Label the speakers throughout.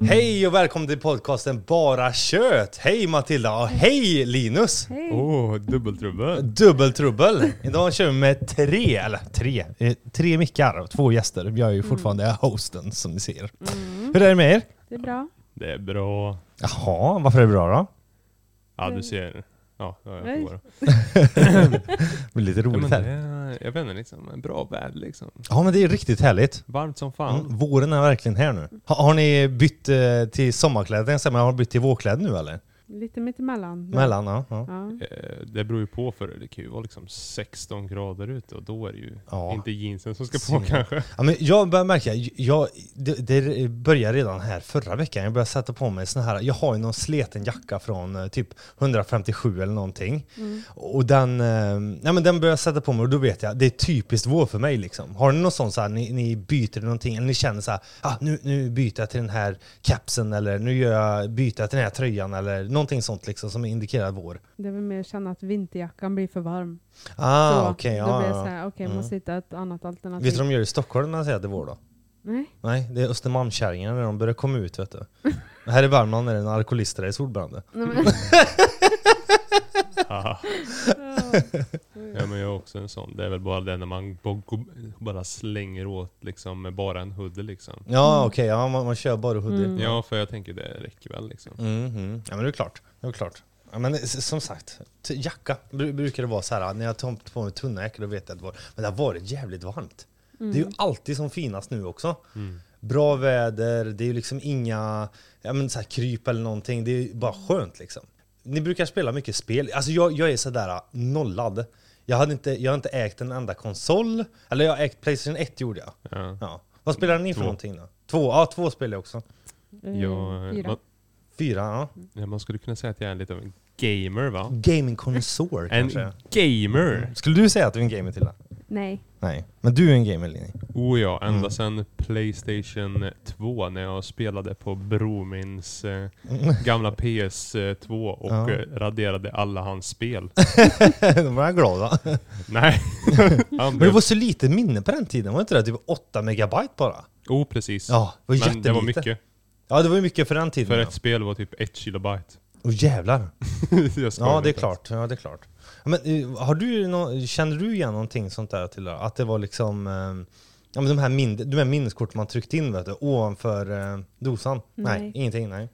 Speaker 1: Hej och välkommen till podcasten Bara Kött! Hej Matilda och hej Linus!
Speaker 2: Åh, oh, dubbeltrubbel.
Speaker 1: Dubbeltrubbel! Idag kör vi med tre, eller tre, eh, tre mickar och två gäster. Jag är ju fortfarande hosten som ni ser. Hur är det med er?
Speaker 3: Det är bra.
Speaker 2: Det är bra.
Speaker 1: Jaha, varför är det bra då?
Speaker 2: Ja, du ser. Ja, ja, jag
Speaker 3: Mm. Nej.
Speaker 2: provar.
Speaker 1: Det blir lite
Speaker 2: Ja,
Speaker 1: roligt
Speaker 2: men
Speaker 1: här.
Speaker 2: det, jag vet inte, liksom, en bra väder liksom.
Speaker 1: Ja men det är riktigt härligt.
Speaker 2: Varmt som fan.
Speaker 1: Mm, våren är verkligen här nu. Har, har ni bytt eh, till sommarkläder? Jag säger, men Har ni bytt till vårkläder nu eller?
Speaker 3: Lite mittemellan.
Speaker 1: Mellan, ja. ja.
Speaker 3: Ja.
Speaker 2: Eh, Det beror ju på för det kan ju vara liksom 16 grader ute och då är det ju
Speaker 1: Ja.
Speaker 2: inte jeansen som ska på
Speaker 1: Synd.
Speaker 2: kanske.
Speaker 1: Ja, men jag börjar märka, jag, det, det börjar redan här förra veckan. Jag började sätta på mig såna här, jag har ju någon sleten jacka från eh, typ 157 eller någonting.
Speaker 3: mm.
Speaker 1: Och den, eh, nej, men den börjar jag sätta på mig och då vet jag, det är typiskt vår för mig liksom. Har ni någon sån så här, ni, ni byter någonting eller ni känner så här, ah, nu, nu byter jag till den här kapsen eller nu gör jag, byter jag till den här tröjan eller någonting sånt liksom som indikerar vår.
Speaker 3: Det är väl mer känna att vinterjackan blir för varm.
Speaker 1: Ah,
Speaker 3: Så,
Speaker 1: okej.
Speaker 3: Då
Speaker 1: ja,
Speaker 3: blir det
Speaker 1: ja,
Speaker 3: såhär, okej,
Speaker 1: Mm.
Speaker 3: måste hitta ett annat alternativ.
Speaker 1: Vet du vad de gör i Stockholm när de säger att det är vår då?
Speaker 3: Nej,
Speaker 1: Nej, det är Östermalmskärringarna när de börjar komma ut vet du. Här i Värmland är det en alkoholist där det är solbrände.
Speaker 3: nej men.
Speaker 2: Haha. ja, men jag är också en sån. Det är väl bara det när man bo- go- bara slänger åt liksom med bara en hoodie liksom.
Speaker 1: Ja okej, ja, man, man kör bara hoodie.
Speaker 3: Mm.
Speaker 2: Ja, för jag tänker det räcker väl liksom.
Speaker 1: Mhm. Ja men det är klart. Det är klart. Ja, men s- som sagt, t- jacka bru- brukar det vara så här. När jag tar på mig tunna jackor då vet jag att det var, men det har varit jävligt varmt.
Speaker 3: Mm.
Speaker 1: Det är ju alltid som finast nu också.
Speaker 2: Mm.
Speaker 1: Bra väder, det är ju liksom inga ja, men så här, kryp eller någonting. Det är ju bara skönt liksom. Ni brukar spela mycket spel. Alltså jag, jag är sådär nollad. Jag, hade inte, jag har inte ägt en enda konsol. Eller jag har ägt Playstation 1 gjorde jag.
Speaker 3: Mm.
Speaker 2: Ja.
Speaker 1: Ja. Vad spelar ni för
Speaker 2: Två.
Speaker 1: någonting då? Två? Ja, två spelar jag också.
Speaker 3: Eh,
Speaker 2: Jag,
Speaker 3: Fyra.
Speaker 2: man,
Speaker 1: Fyra, ja.
Speaker 2: ja, man skulle kunna säga att jag är lite av en gamer va?
Speaker 1: Gamingkonsol
Speaker 2: En
Speaker 1: kanske? Mm.
Speaker 2: gamer!
Speaker 1: Skulle du säga att du är en gamer Tilda?
Speaker 3: Nej.
Speaker 1: Nej. Men du är en gamer Linni.
Speaker 2: Oh ja, ända
Speaker 1: Mm.
Speaker 2: sedan Playstation 2 när jag spelade på Bromins eh, gamla PS2 och
Speaker 1: Mm. Ja.
Speaker 2: eh, raderade alla hans spel.
Speaker 1: Då var jag glad va?
Speaker 2: Mm. Nej. Han
Speaker 1: Men det
Speaker 2: blev...
Speaker 1: var så lite minne på den tiden, var det inte det? Typ 8 megabyte bara?
Speaker 2: Oh precis.
Speaker 1: Ja, det var
Speaker 2: Men
Speaker 1: jättelite.
Speaker 2: det var mycket.
Speaker 1: Ja, det var ju mycket för den tiden.
Speaker 2: För
Speaker 1: För
Speaker 2: ett spel var typ ett kilobyte.
Speaker 1: Åh jävlar.
Speaker 2: Jag skojar
Speaker 1: Ja, det är
Speaker 2: inte.
Speaker 1: klart. Ja, det är klart. Ja, Men eh, har du nå- känner du igen någonting sånt där till Att det var liksom eh, Ja men de här, mind- de här minneskort man tryckt in vet du, ovanför eh, dosan? Nej.
Speaker 3: Nej.
Speaker 1: ingenting, nej.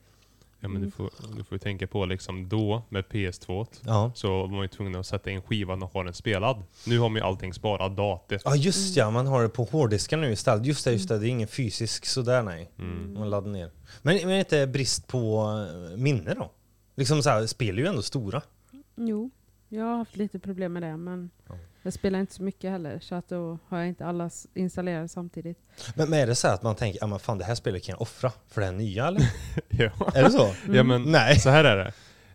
Speaker 2: Ja, men du får, du får ju tänka på liksom då med PS2 t,
Speaker 1: Ja.
Speaker 2: så var man ju tvungen att sätta in skivan och ha den spelad. Nu har man ju allting sparat dator.
Speaker 1: Ja just ja, man har det på hårddisken nu istället. Just det, just det. Det är ingen fysisk sådär nej.
Speaker 2: Mm.
Speaker 1: Man laddar ner. Men, men är det inte brist på eh, minne då? Liksom så här, spel är ju ändå stora.
Speaker 3: Jo, jag har haft lite problem med det, men jag spelar inte så mycket heller, så att då har jag inte alla s- installerade samtidigt.
Speaker 1: Men, men är det så här att man tänker, ja men fan det här spelet kan jag offra för det här nya eller?
Speaker 2: Ja.
Speaker 1: är det så?
Speaker 2: Ja,
Speaker 1: Mm.
Speaker 2: men
Speaker 1: Nej.
Speaker 2: Så här är det.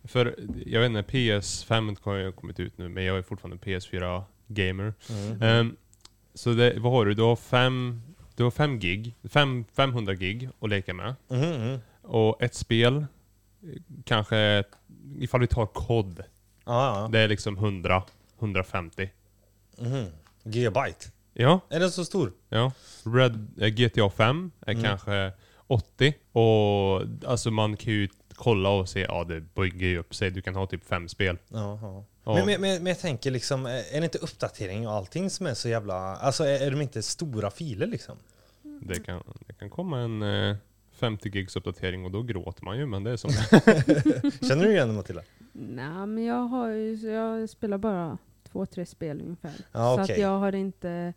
Speaker 2: För jag vet inte, PS5 har ju kommit ut nu, men jag är fortfarande PS4-gamer.
Speaker 1: Mm.
Speaker 2: Ehm, så det, vad har du? Du har fem, du har fem gig, fem, 500 gig att leka med.
Speaker 1: Mhm, mhm.
Speaker 2: Och ett spel, eh, kanske, ifall vi tar kod,
Speaker 1: Ja,
Speaker 2: det är liksom 100, 150.
Speaker 1: ja. Mhm. Gigabyte.
Speaker 2: Ja,
Speaker 1: Är den så stor?
Speaker 2: ja. Red, eh, GTA 5 är
Speaker 1: Mm.
Speaker 2: kanske 80. Och alltså man kan ju kolla och se, ja det bygger ju upp sig. Du kan ha typ fem spel.
Speaker 1: Ja, ja.
Speaker 2: Ja.
Speaker 1: Men, men, men, men jag tänker liksom, är det inte uppdatering och allting som är så jävla... Alltså är, är de inte stora filer liksom?
Speaker 2: Det kan, det kan komma en eh, 50 gigs uppdatering och då gråter man ju, men det är som
Speaker 1: Känner du igen det Matilda?
Speaker 3: Nej, men jag, har ju, så jag spelar bara två, tre spel ungefär.
Speaker 1: Ja,
Speaker 3: så att
Speaker 1: okej.
Speaker 3: jag har inte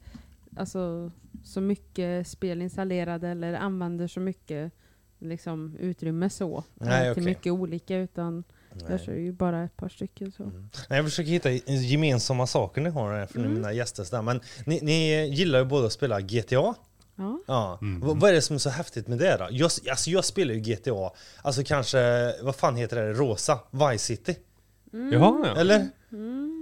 Speaker 3: alltså, så mycket spel installerade eller använder så mycket liksom, utrymme så.
Speaker 1: Nej,
Speaker 3: eh, till
Speaker 1: okej.
Speaker 3: mycket olika, utan jag kör ju bara ett par stycken. Så.
Speaker 1: Nej, jag försöker hitta gemensamma saker ni har här
Speaker 3: Mm.
Speaker 1: från mina gäster. sådär. Men ni, ni gillar ju båda att spela GTA.
Speaker 3: Ja.
Speaker 1: Ja. Vad- Vad är det som är så häftigt med det då? Jag, alltså jag spelar ju GTA, alltså kanske, vad fan heter det, Rosa, Vice City?
Speaker 2: Jaha, ja.
Speaker 1: Mm. Eller?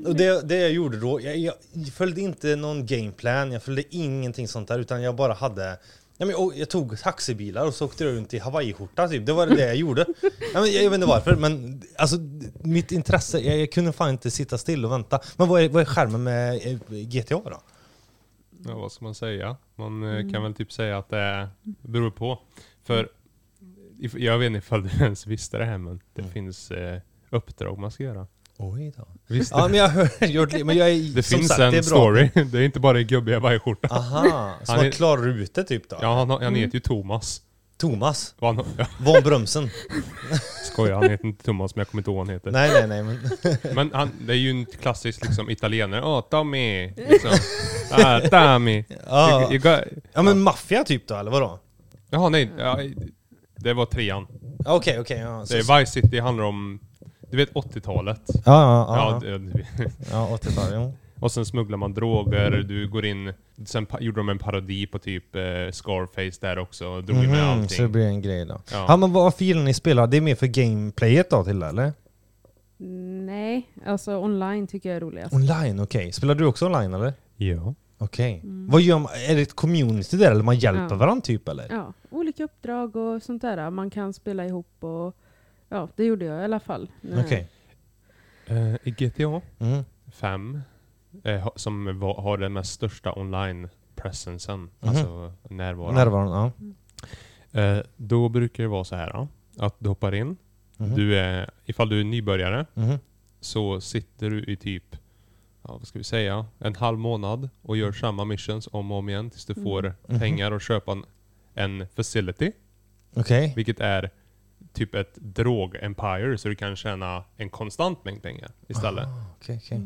Speaker 1: Och det, det jag gjorde då, jag, jag följde inte någon gameplan, jag följde ingenting sånt där utan jag bara hade Ja, men, och jag tog taxibilar och så åkte jag runt i hawaiiskjorta typ. Det var det jag gjorde. Ja, men, jag, jag vet inte varför men alltså mitt intresse, jag, jag kunde fan inte sitta still och vänta. Men vad är, vad är skärmen med eh, GTA då?
Speaker 2: ja,
Speaker 1: Mm. Mm.
Speaker 2: vad ska man säga? Man eh, kan väl typ säga att det beror på. För if- jag vet inte ifall du ens visste det här men det finns eh, uppdrag man ska göra.
Speaker 1: Oj då.
Speaker 2: Visst,
Speaker 1: Ja, men jag har gjort li- men jag är,
Speaker 2: det
Speaker 1: som
Speaker 2: finns
Speaker 1: sagt,
Speaker 2: en
Speaker 1: det är bra.
Speaker 2: story. Det är inte bara en gubbe i hawaiiskjorta.
Speaker 1: Aha, så
Speaker 2: Han
Speaker 1: man
Speaker 2: är-
Speaker 1: klarar ut det typ då?
Speaker 2: Ja, han, han heter ju Thomas.
Speaker 1: Thomas
Speaker 2: Vad Han, jag
Speaker 1: von Brömsen.
Speaker 2: skojar, han heter inte Thomas men jag kommer inte ihåg vad han heter.
Speaker 1: nej, nej, nej. Men,
Speaker 2: Men han, det är ju en klassisk liksom italienare. Åh, Tommy! Liksom. Ah, Tommy!
Speaker 1: ja.
Speaker 2: You, you got...
Speaker 1: ja, men maffia typ då, eller vadå?
Speaker 2: Jaha, nej. Ja, det var trean.
Speaker 1: Ja, Okej, okej. Ja, så-
Speaker 2: Det är Vice City handlar om, du vet 80-talet.
Speaker 1: ja, ja,
Speaker 2: Ja,
Speaker 1: ja, ja.
Speaker 2: det- det-
Speaker 1: ja 80-tal, jo.
Speaker 2: och sen smugglar man droger, du går in... Sen pa- gjorde de en parodi på typ eh, Scarface där också, och drog med
Speaker 1: Mhm,
Speaker 2: allting.
Speaker 1: så det blir en grej då.
Speaker 2: Ja.
Speaker 1: Ja, men varför gillar ni spela? Det är mer för gameplayet då till eller?
Speaker 3: Nej, alltså online tycker jag är roligast.
Speaker 1: Online, okej. Spelar du också online eller?
Speaker 2: ja.
Speaker 1: Okej. Vad gör man? Är det ett community där eller man hjälper
Speaker 3: Mm. Ja.
Speaker 1: varandra typ eller?
Speaker 3: Ja, olika uppdrag och sånt där. Man kan spela ihop och ja, det gjorde jag i alla fall. Nu-
Speaker 1: Okej.
Speaker 2: Eh, I GTA
Speaker 1: Mm.
Speaker 2: 5, eh, ha- som va- har den mest största online-presensen,
Speaker 1: Mhm.
Speaker 2: alltså närvaron.
Speaker 1: Närvaron, ja.
Speaker 2: Eh, då brukar det vara så här ja, att du hoppar in.
Speaker 1: Mhm.
Speaker 2: Du är, ifall du är nybörjare
Speaker 1: Mhm.
Speaker 2: så sitter du i typ, ja, vad ska vi säga, en halv månad och gör samma missions om och om igen tills du får
Speaker 1: Mhm.
Speaker 2: pengar och köpa en, en facility.
Speaker 1: Okej.
Speaker 2: Vilket är typ ett drog-empire så du kan tjäna en konstant mängd pengar istället.
Speaker 1: Okej, okej.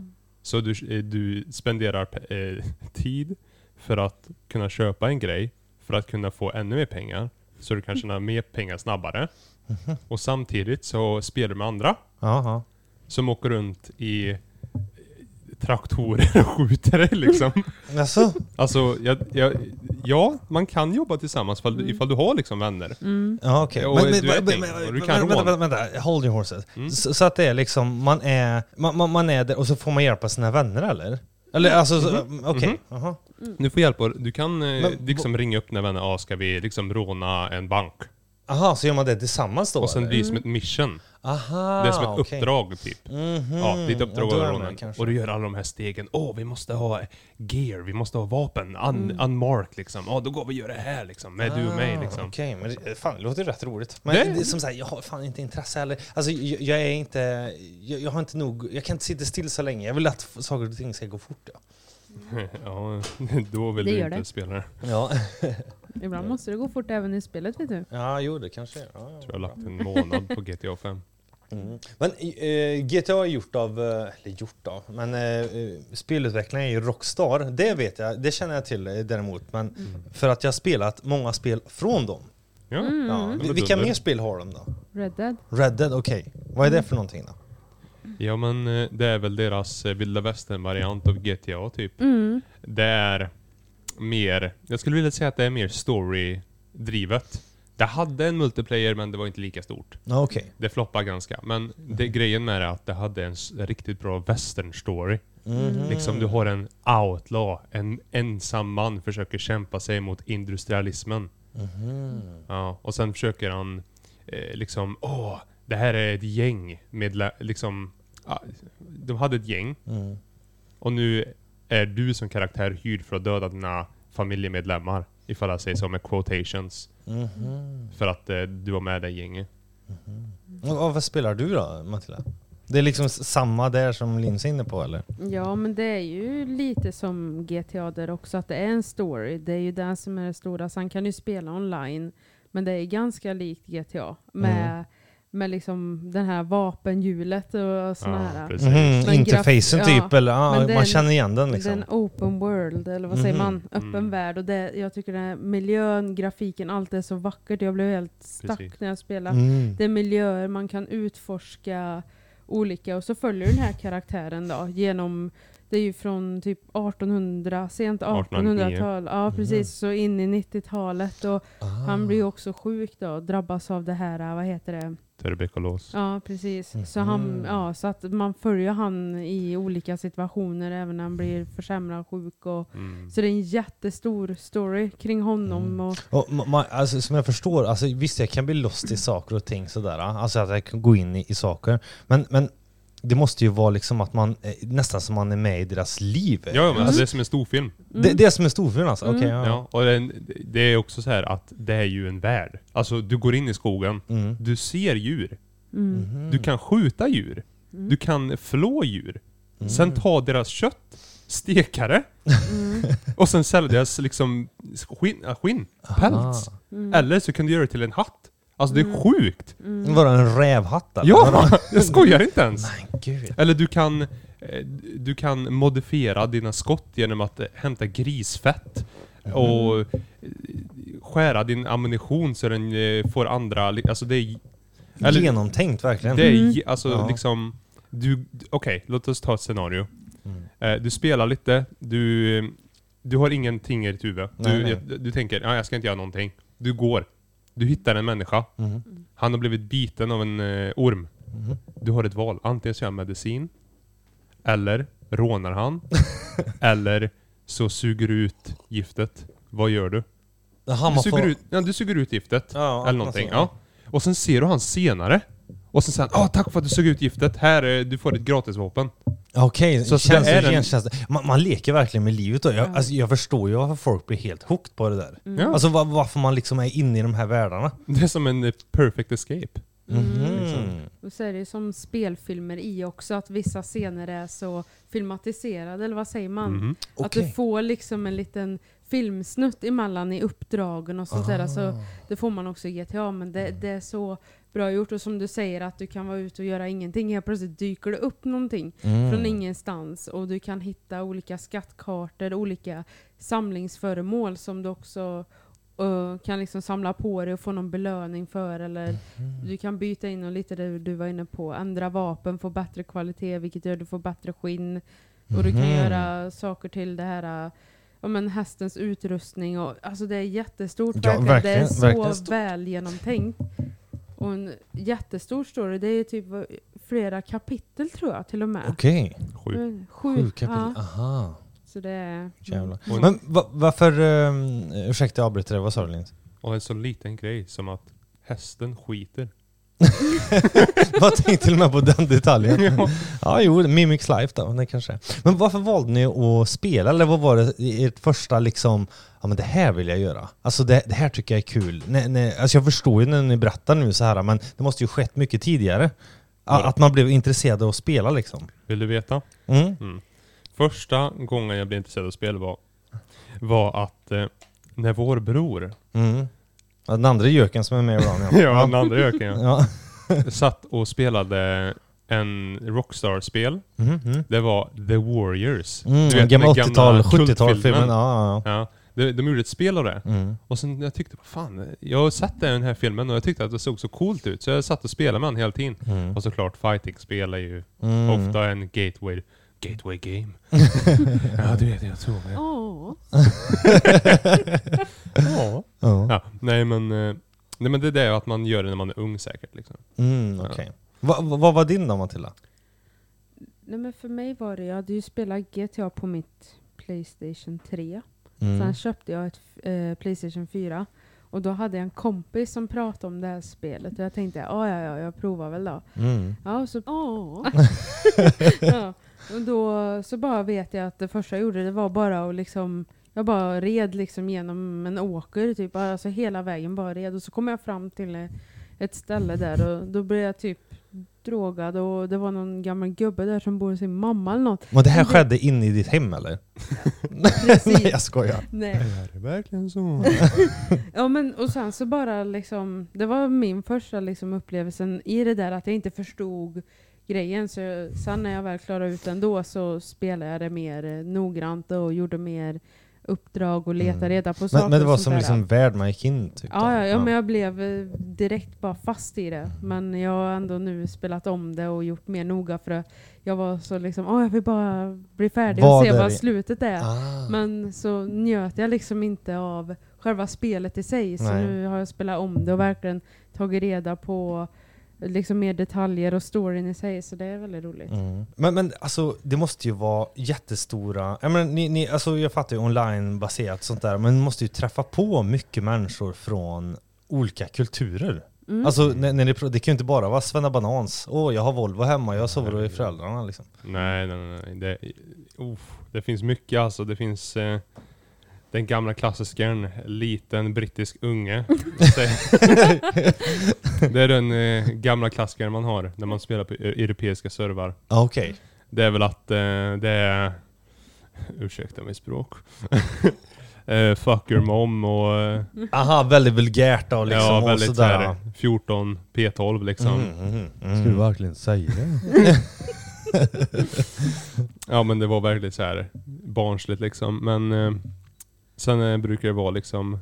Speaker 2: Så du, eh, du spenderar pe- eh, tid för att kunna köpa en grej, för att kunna få ännu mer pengar. Så du kan tjäna mer pengar snabbare. Och samtidigt så spelar du med andra
Speaker 1: Jaha.
Speaker 2: som åker runt i eh, traktorer och skjuter dig liksom.
Speaker 3: Mm.
Speaker 1: Alltså,
Speaker 2: Alltså, jag, jag, ja, man kan jobba tillsammans ifall,
Speaker 1: Mm.
Speaker 2: du- ifall du har liksom vänner.
Speaker 1: ja okej.
Speaker 2: Och
Speaker 1: Men-
Speaker 2: du
Speaker 1: men-
Speaker 2: är
Speaker 1: men-
Speaker 2: ett
Speaker 1: men-
Speaker 2: gäng,
Speaker 1: men-
Speaker 2: och du
Speaker 1: men-
Speaker 2: kan Mm.
Speaker 1: Vänta,
Speaker 2: rån.
Speaker 1: vänta, vänta. Hold your horses. Så, så att det är liksom, man är, man, man, man är där och så får man hjälpa sina vänner eller? Eller
Speaker 2: Mm.
Speaker 1: alltså, så-
Speaker 2: Mm-hmm.
Speaker 1: okej. Jaha.
Speaker 2: Du får hjälp och du kan eh,
Speaker 1: Men
Speaker 2: liksom ringa upp när vänner, ah, ska vi liksom råna en bank?
Speaker 1: Jaha, så gör man det tillsammans då?
Speaker 2: Och sen
Speaker 1: eller?
Speaker 2: blir det som ett mission.
Speaker 1: Aha,
Speaker 2: Det är som ett
Speaker 1: Mm. Ah, okej.
Speaker 2: uppdrag typ.
Speaker 1: Mhm.
Speaker 2: Ja, ditt uppdrag
Speaker 1: Ja, då är
Speaker 2: var
Speaker 1: jag
Speaker 2: rånen.
Speaker 1: med, kanske.
Speaker 2: Och du gör alla de här stegen. Åh, vi måste ha gear, vi måste ha vapen, un,
Speaker 1: Mm.
Speaker 2: unmarked liksom. Ja, då går vi och gör det här liksom, med du och mig liksom.
Speaker 1: Ah, Okej, men det, fan, det låter ju rätt roligt. Men
Speaker 2: Det-
Speaker 1: det, är som sagt, jag har fan inte intresse heller. Alltså, jag, jag är inte... Jag, jag har inte nog... Jag kan inte sitta still så länge. Jag vill att f- saker och ting ska gå fort. Ja.
Speaker 2: Ja, då vill
Speaker 3: Det
Speaker 2: du
Speaker 3: gör
Speaker 2: inte
Speaker 3: det.
Speaker 2: spela det.
Speaker 1: Ja,
Speaker 3: Ibland måste det gå fort även i spelet vet du.
Speaker 1: ja jo, det kanske är. Ja,
Speaker 2: Jag
Speaker 1: ja.
Speaker 2: tror jag har lagt en månad på GTA 5.
Speaker 1: Mm. Men eh, GTA är gjort av... eh, Eller gjort av? Men uh, spelutvecklingen är ju Rockstar. Det vet jag. Det känner jag till eh, däremot. Men för att jag har spelat många spel från dem.
Speaker 3: Mm.
Speaker 2: Ja.
Speaker 1: Mm. Ja.
Speaker 2: men
Speaker 1: vil- Vilka
Speaker 2: dunder.
Speaker 1: mer spel har de då?
Speaker 3: Red Dead.
Speaker 1: Red Dead, okej. Vad är
Speaker 3: Mm.
Speaker 1: det för någonting då?
Speaker 2: ja, men eh, det är väl deras eh, vilda västern-variant av GTA typ. Det är mer, jag skulle vilja säga att det är mer story-drivet. Det hade en multiplayer, men det var inte lika stort.
Speaker 1: Ja, Okej.
Speaker 2: Det floppar ganska, men det, grejen med det är att det hade en s- riktigt bra western story. Liksom du har en outlaw, en ensam man försöker kämpa sig mot industrialismen. Ja, och sen försöker han eh, liksom, åh, det här är ett gäng med la- liksom, ah, de hade ett gäng.
Speaker 3: Mm.
Speaker 2: Och nu är du som karaktär hyrd för att döda dina familjemedlemmar. Ifall jag säger så med quotations. För att eh, du var med i det gänget.
Speaker 1: Mm. Och, och vad spelar du då, Matilda? Det är liksom s- samma där som Linus är inne på eller?
Speaker 3: Ja men det är ju lite som GTA där också att det är en story. Det är ju den som är det stora. Sen kan du spela online. Men det är ganska likt GTA. Med, med liksom den här vapenhjulet och sådana här.
Speaker 2: precis.
Speaker 1: Mhm,
Speaker 3: Mm. Men
Speaker 1: interfacen
Speaker 3: graf-
Speaker 1: typ,
Speaker 3: ja.
Speaker 1: eller ja,
Speaker 3: Men
Speaker 1: man
Speaker 3: den-
Speaker 1: känner igen den liksom.
Speaker 3: Den open world, eller vad säger man? Öppen värld. Och det, jag tycker den här miljön, grafiken, allt är så vackert. Jag blev helt stack
Speaker 2: Precis.
Speaker 3: när jag spelade.
Speaker 1: Mm.
Speaker 3: Det är miljöer man kan utforska olika. Och så följer den här karaktären då genom det är ju från typ 1800, sent
Speaker 2: 1809.
Speaker 3: 1800-tal, ja precis, så in i 90-talet. Och han blir ju också sjuk då, drabbas av det här, vad heter det?
Speaker 2: Tuberkulos.
Speaker 3: Ja, precis. Så, han, ja, så att man följer han i olika situationer, även när han blir försämrad, sjuk. Och,
Speaker 2: Mm.
Speaker 3: Så det är en jättestor story kring honom. Och,
Speaker 1: Och ma- ma- alltså, som jag förstår, alltså, ah, visst jag kan bli lost i saker och ting sådär, alltså att jag kan gå in i, i saker. Men, men det måste ju vara liksom att man eh, nästan som man är med i deras liv.
Speaker 2: Ja, Mm. men alltså,
Speaker 1: Alltså,
Speaker 2: det är som en storfilm.
Speaker 1: det, det är som en storfilm alltså? Okej, ja.
Speaker 2: Ja, och den, det är också så här att det är ju en värld. Alltså du går in i skogen,
Speaker 1: Mm.
Speaker 2: du ser djur.
Speaker 3: mm,
Speaker 2: Mm. Du kan skjuta djur. Du kan flå djur.
Speaker 1: Mm.
Speaker 2: Sen
Speaker 1: Ah.
Speaker 2: ta deras kött, steka det. Och sen sälja deras liksom skinn, äh, skinn päls.
Speaker 3: mm,
Speaker 2: Eller så kan du göra det till en hatt. Alltså det är sjukt!
Speaker 1: Mm. Var det en rävhatt eller?
Speaker 2: Ja! Jag skojar inte ens!
Speaker 1: Men gud.
Speaker 2: Eller du kan, eh, du kan modifiera dina skott genom att eh, hämta grisfett och eh, skära din ammunition så den eh, får andra... li- Alltså det är... Eller-
Speaker 1: Genomtänkt verkligen.
Speaker 2: Det är ge- alltså
Speaker 1: Ja.
Speaker 2: liksom... Du, d- Okej, låt oss ta ett scenario.
Speaker 1: Mm.
Speaker 2: Eh, Du spelar lite, du, du har ingenting i ditt huvud.
Speaker 1: Nej,
Speaker 2: Du,
Speaker 1: nej.
Speaker 2: jag- du tänker, ja, jag ska inte göra någonting. Du går. Du hittar en människa.
Speaker 1: Mm.
Speaker 2: Han har blivit biten av en eh, orm.
Speaker 1: Mhm.
Speaker 2: Du har ett val. Antingen så gör jag medicin, eller rånar han, eller så suger du ut giftet. Vad gör du?
Speaker 1: Jaha,
Speaker 2: Du
Speaker 1: man
Speaker 2: suger
Speaker 1: får-
Speaker 2: ut, ja, du suger ut giftet,
Speaker 1: Ja,
Speaker 2: eller någonting.
Speaker 1: alltså,
Speaker 2: Ja. Och sen ser du han senare. Och sen säger han ah, tack för att du såg ut giftet, här, eh, du får ett gratisvapen.
Speaker 1: Okej,
Speaker 2: Så
Speaker 1: så
Speaker 2: att det är en-
Speaker 1: man, man leker verkligen med livet. Då. Jag, alltså, jag förstår ju varför folk blir helt hooked på det där.
Speaker 2: Ja.
Speaker 1: Alltså var, varför man liksom är inne i de här världarna.
Speaker 2: Det är som en eh, perfect escape.
Speaker 1: Mm.
Speaker 3: Och så är det ju som spelfilmer i också, att vissa scener är så filmatiserade, eller vad säger man?
Speaker 2: Mhm.
Speaker 3: Att du
Speaker 1: Okej.
Speaker 3: får liksom en liten filmsnutt emellan i uppdragen och sånt där. Alltså, det får man också i GTA, men det, det är så bra gjort. Och som du säger, att du kan vara ute och göra ingenting, helt plötsligt dyker det upp någonting
Speaker 1: Mm.
Speaker 3: från ingenstans. Och du kan hitta olika skattkartor, olika samlingsföremål som du också eh, kan liksom samla på dig och få någon belöning för. Eller
Speaker 1: Mm.
Speaker 3: du kan byta in och lite det du var inne på, ändra vapen, få bättre kvalitet, vilket gör att du får bättre skinn. Och du kan
Speaker 1: Mhm.
Speaker 3: göra saker till det här, ja, men hästens utrustning. Och, alltså det är jättestort.
Speaker 1: Ja,
Speaker 3: verkligen. det är
Speaker 1: verkligen-
Speaker 3: så
Speaker 1: verkligen stort.
Speaker 3: väl genomtänkt. Och en jättestor story. Det är typ flera kapitel tror jag till och med.
Speaker 1: Okej.
Speaker 2: Sjukt.
Speaker 3: Men Sju,
Speaker 1: Sju kapitel.
Speaker 3: Mm. Ja,
Speaker 1: Aha.
Speaker 3: så det är...
Speaker 1: Jävlar.
Speaker 2: Mm.
Speaker 1: Men va, varför... Um, ursäkta jag avbryter dig, vad sa du Linus?
Speaker 2: Och en så liten grej som att hästen skiter.
Speaker 1: Vad tänkte till och med på den detaljen? Ja, jo, Mimics Life då, det kanske är. Men varför valde ni att spela? Eller vad var det i ert första liksom, ja men det här vill jag göra. Alltså det, det här tycker jag är kul. Nej, nej, alltså jag förstår ju när ni berättar nu så här, men det måste ju skett mycket tidigare. A- Att man blev intresserad av att spela liksom.
Speaker 2: Vill du veta?
Speaker 1: Mm.
Speaker 2: Första gången jag blev intresserad av spel var, var att eh, när vår bror,
Speaker 1: Mm. Ja, den andra göken som är med ibland ja.
Speaker 2: ja, den andra öken, ja,
Speaker 1: ja.
Speaker 2: satt och spelade en Rockstar-spel.
Speaker 1: Mm, mm.
Speaker 2: Det var The Warriors.
Speaker 1: Mm,
Speaker 2: Du vet,
Speaker 1: gamla
Speaker 2: den
Speaker 1: 80-tal, 70-tal
Speaker 2: kultfilmen.
Speaker 1: filmen. Ja, ja,
Speaker 2: Ja, de, de gjorde ett spel av det.
Speaker 1: ja. Mm.
Speaker 2: Och sen jag tyckte, vad fan, jag har sett den här filmen och jag tyckte att det såg så coolt ut. Så jag satt och spelade med den hela tiden.
Speaker 1: Mm.
Speaker 2: Och såklart, fighting-spel är ju
Speaker 1: Mm.
Speaker 2: ofta en gateway, gateway game. ja, du vet, jag tror det.
Speaker 3: Åh.
Speaker 2: Ja.
Speaker 1: Ja.
Speaker 2: Ja, nej men, eh, nej men det är det att man gör det när man är ung säkert. Liksom.
Speaker 1: Mm, okej. Va- va- Vad var din då Matilda?
Speaker 3: Nej men för mig var det, jag hade ju spelat GTA på mitt Playstation 3. Sen
Speaker 1: Mm.
Speaker 3: köpte jag ett eh, Playstation 4. Och då hade jag en kompis som pratade om det här spelet. Och jag tänkte, ja ja ja, jag provar väl då.
Speaker 1: Mm.
Speaker 3: Ja, och så... Åh. ja. Och då så bara vet jag att det första jag gjorde det var bara att liksom jag bara red liksom genom en åker, typ. alltså hela vägen bara red. Och så kom jag fram till eh, ett ställe där och då blev jag typ drogad och det var någon gammal gubbe där som bor hos sin mamma eller något.
Speaker 1: Men det här skedde inne i ditt hem eller? Nej
Speaker 3: Precis.
Speaker 1: jag skojar.
Speaker 3: Nej.
Speaker 2: Är det verkligen så?
Speaker 3: Ja, men, och sen så bara liksom, det var min första liksom, upplevelsen i det där att jag inte förstod grejen. Så jag, sen när jag väl klarade ut den då så spelade jag det mer eh, noggrant och gjorde mer uppdrag och letade
Speaker 1: Mm.
Speaker 3: reda på saker.
Speaker 1: Men, men det
Speaker 3: och
Speaker 1: var
Speaker 3: sånt
Speaker 1: som
Speaker 3: där.
Speaker 1: liksom värld man gick in typ?
Speaker 3: Ja, ja, ja, men
Speaker 1: ja. Mm.
Speaker 3: jag blev eh, direkt bara fast i det. Men jag har ändå nu spelat om det och gjort mer noga för att jag var så liksom, åh jag vill bara bli färdig
Speaker 1: Vad
Speaker 3: och se
Speaker 1: är
Speaker 3: vad
Speaker 1: det?"
Speaker 3: slutet är.
Speaker 1: Ah.
Speaker 3: Men så njöt jag liksom inte av själva spelet i sig. Så
Speaker 1: Nej.
Speaker 3: nu har jag spelat om det och verkligen tagit reda på liksom mer detaljer och storyn i sig. Så det är väldigt roligt.
Speaker 1: Mm. Men, men alltså, det måste ju vara jättestora... Jag, menar, ni, ni, alltså, jag fattar ju online-baserat sånt där, men ni måste ju träffa på mycket människor från olika kulturer.
Speaker 3: Mm.
Speaker 1: Alltså, när, när det, det kan ju inte bara vara Svennebanans. Åh, jag har Volvo hemma, jag sover i föräldrarna liksom.
Speaker 2: Nej, nej, nej. nej. Det, oh, det finns mycket alltså. Det finns eh, den gamla klassikern, liten brittisk unge. det är den eh, gamla klassikern man har när man spelar på eu- europeiska servar.
Speaker 1: Ja, Okej.
Speaker 2: Det är väl att eh, det är... Ursäkta mitt språk. eh, fuck your mom och... Eh,
Speaker 1: Mm. Aha, väldigt vulgärt då liksom.
Speaker 2: ja,
Speaker 1: och
Speaker 2: väldigt
Speaker 1: sådär.
Speaker 2: såhär 14 P12 liksom.
Speaker 1: Mm, mm, mm. Ska du verkligen säga det?
Speaker 2: Ja men det var verkligen så här barnsligt liksom. Men eh, sen eh, brukar det vara liksom,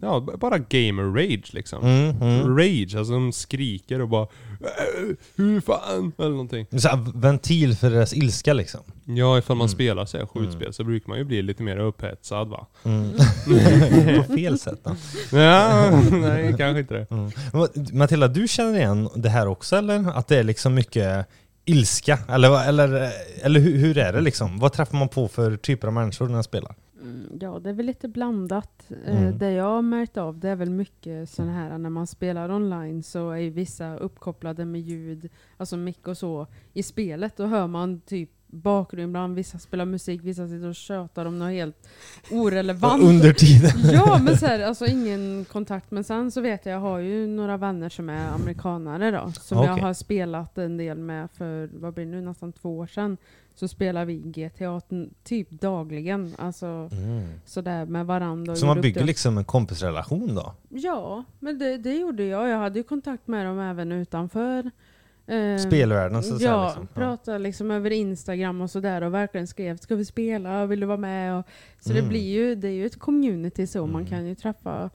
Speaker 2: ja b- bara gamer rage liksom.
Speaker 1: Mm, mm.
Speaker 2: Rage, alltså de skriker och bara "Äh, Hur fan? Eller någonting.
Speaker 1: Så här, ventil för deras ilska liksom.
Speaker 2: Ja ifall man
Speaker 1: Mm.
Speaker 2: spelar så här skjutspel så brukar man ju bli lite mer upphetsad va?
Speaker 1: Mm. På fel sätt då.
Speaker 2: Ja, nej kanske inte det.
Speaker 1: Mm. Vad- Matilda, du känner igen det här också eller? Att det är liksom mycket ilska? Eller, vad- eller, eller hur, hur är det liksom? Vad träffar man på för typer av människor när man spelar?
Speaker 3: Mm, Ja, det är väl lite blandat. Eh,
Speaker 1: Mm.
Speaker 3: Det jag har märkt av det är väl mycket sådana här när man spelar online så är ju vissa uppkopplade med ljud, alltså mick och så, i spelet. Då hör man typ bakgrund, bland vissa spelar musik, vissa sitter och tjötar om något helt orelevant.
Speaker 1: Under tiden?
Speaker 3: Ja, men så här, alltså ingen kontakt. Men sen så vet jag, jag har ju några vänner som är amerikanare då. Som
Speaker 1: Okej.
Speaker 3: jag har spelat en del med för, vad blir det nu, nästan två år sedan. Så spelar vi GTA n- typ dagligen. Alltså
Speaker 1: Mm.
Speaker 3: sådär med varandra. och
Speaker 1: Så man
Speaker 3: gjorde upp
Speaker 1: bygger
Speaker 3: det.
Speaker 1: liksom en kompisrelation då?
Speaker 3: Ja, men det, det gjorde jag. Jag hade ju kontakt med dem även utanför. Eh,
Speaker 1: Spelvärlden så att säga,
Speaker 3: ja,
Speaker 1: liksom. Ja.
Speaker 3: pratade liksom över Instagram och sådär och verkligen skrev ska vi spela, vill du vara med? Och, så
Speaker 1: Mm.
Speaker 3: det blir ju, det är ju ett community så, man
Speaker 1: Mm.
Speaker 3: kan ju träffa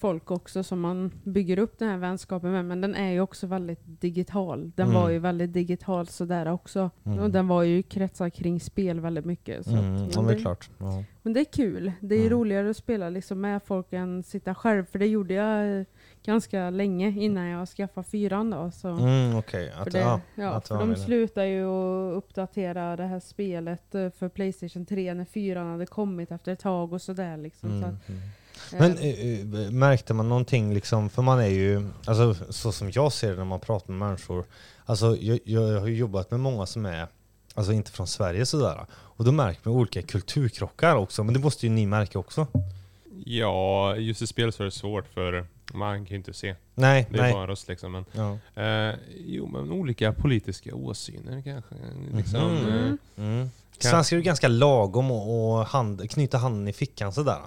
Speaker 3: folk också som man bygger upp den här vänskapen med. Men den är ju också väldigt digital. Den
Speaker 1: Mm.
Speaker 3: var ju väldigt digital sådär också.
Speaker 1: Mm.
Speaker 3: Och den var ju kretsar kring spel väldigt mycket. Så att-
Speaker 1: Mm, ja,
Speaker 3: men
Speaker 1: det är
Speaker 3: det-
Speaker 1: klart. Ja.
Speaker 3: men det är kul. Det är
Speaker 1: Mm.
Speaker 3: roligare att spela liksom med folk än sitta själv. För det gjorde jag eh, ganska länge innan jag skaffade fyran. Då, så.
Speaker 1: Mm, Okej,
Speaker 3: För,
Speaker 1: att,
Speaker 3: det,
Speaker 1: ja,
Speaker 3: ja,
Speaker 1: att
Speaker 3: för
Speaker 1: vara
Speaker 3: de
Speaker 1: med det.
Speaker 3: slutar ju att uppdatera det här spelet eh, för Playstation 3 när 4 hade kommit efter ett tag och sådär. Liksom.
Speaker 1: Mm,
Speaker 3: Så att,
Speaker 1: mm.
Speaker 3: eh,
Speaker 1: Men eh, eh, märkte man någonting liksom, för man är ju, alltså så som jag ser det när man pratar med människor, alltså jag, jag har ju jobbat med många som är, alltså inte från Sverige sådär, och då märker man olika kulturkrockar också, men det måste ju ni märka också.
Speaker 2: Ja, just i spel så är det svårt för man kan ju inte se.
Speaker 1: Nej,
Speaker 2: Det är
Speaker 1: nej.
Speaker 2: bara en röst liksom. Men,
Speaker 1: Ja.
Speaker 2: eh, jo men olika politiska åsyner kanske. Liksom,
Speaker 1: Mhm.
Speaker 2: eh,
Speaker 3: Mm.
Speaker 1: Mm.
Speaker 2: Kan-
Speaker 1: Svenskar är ju ganska lagom och, och hand, knyta handen i fickan sådär.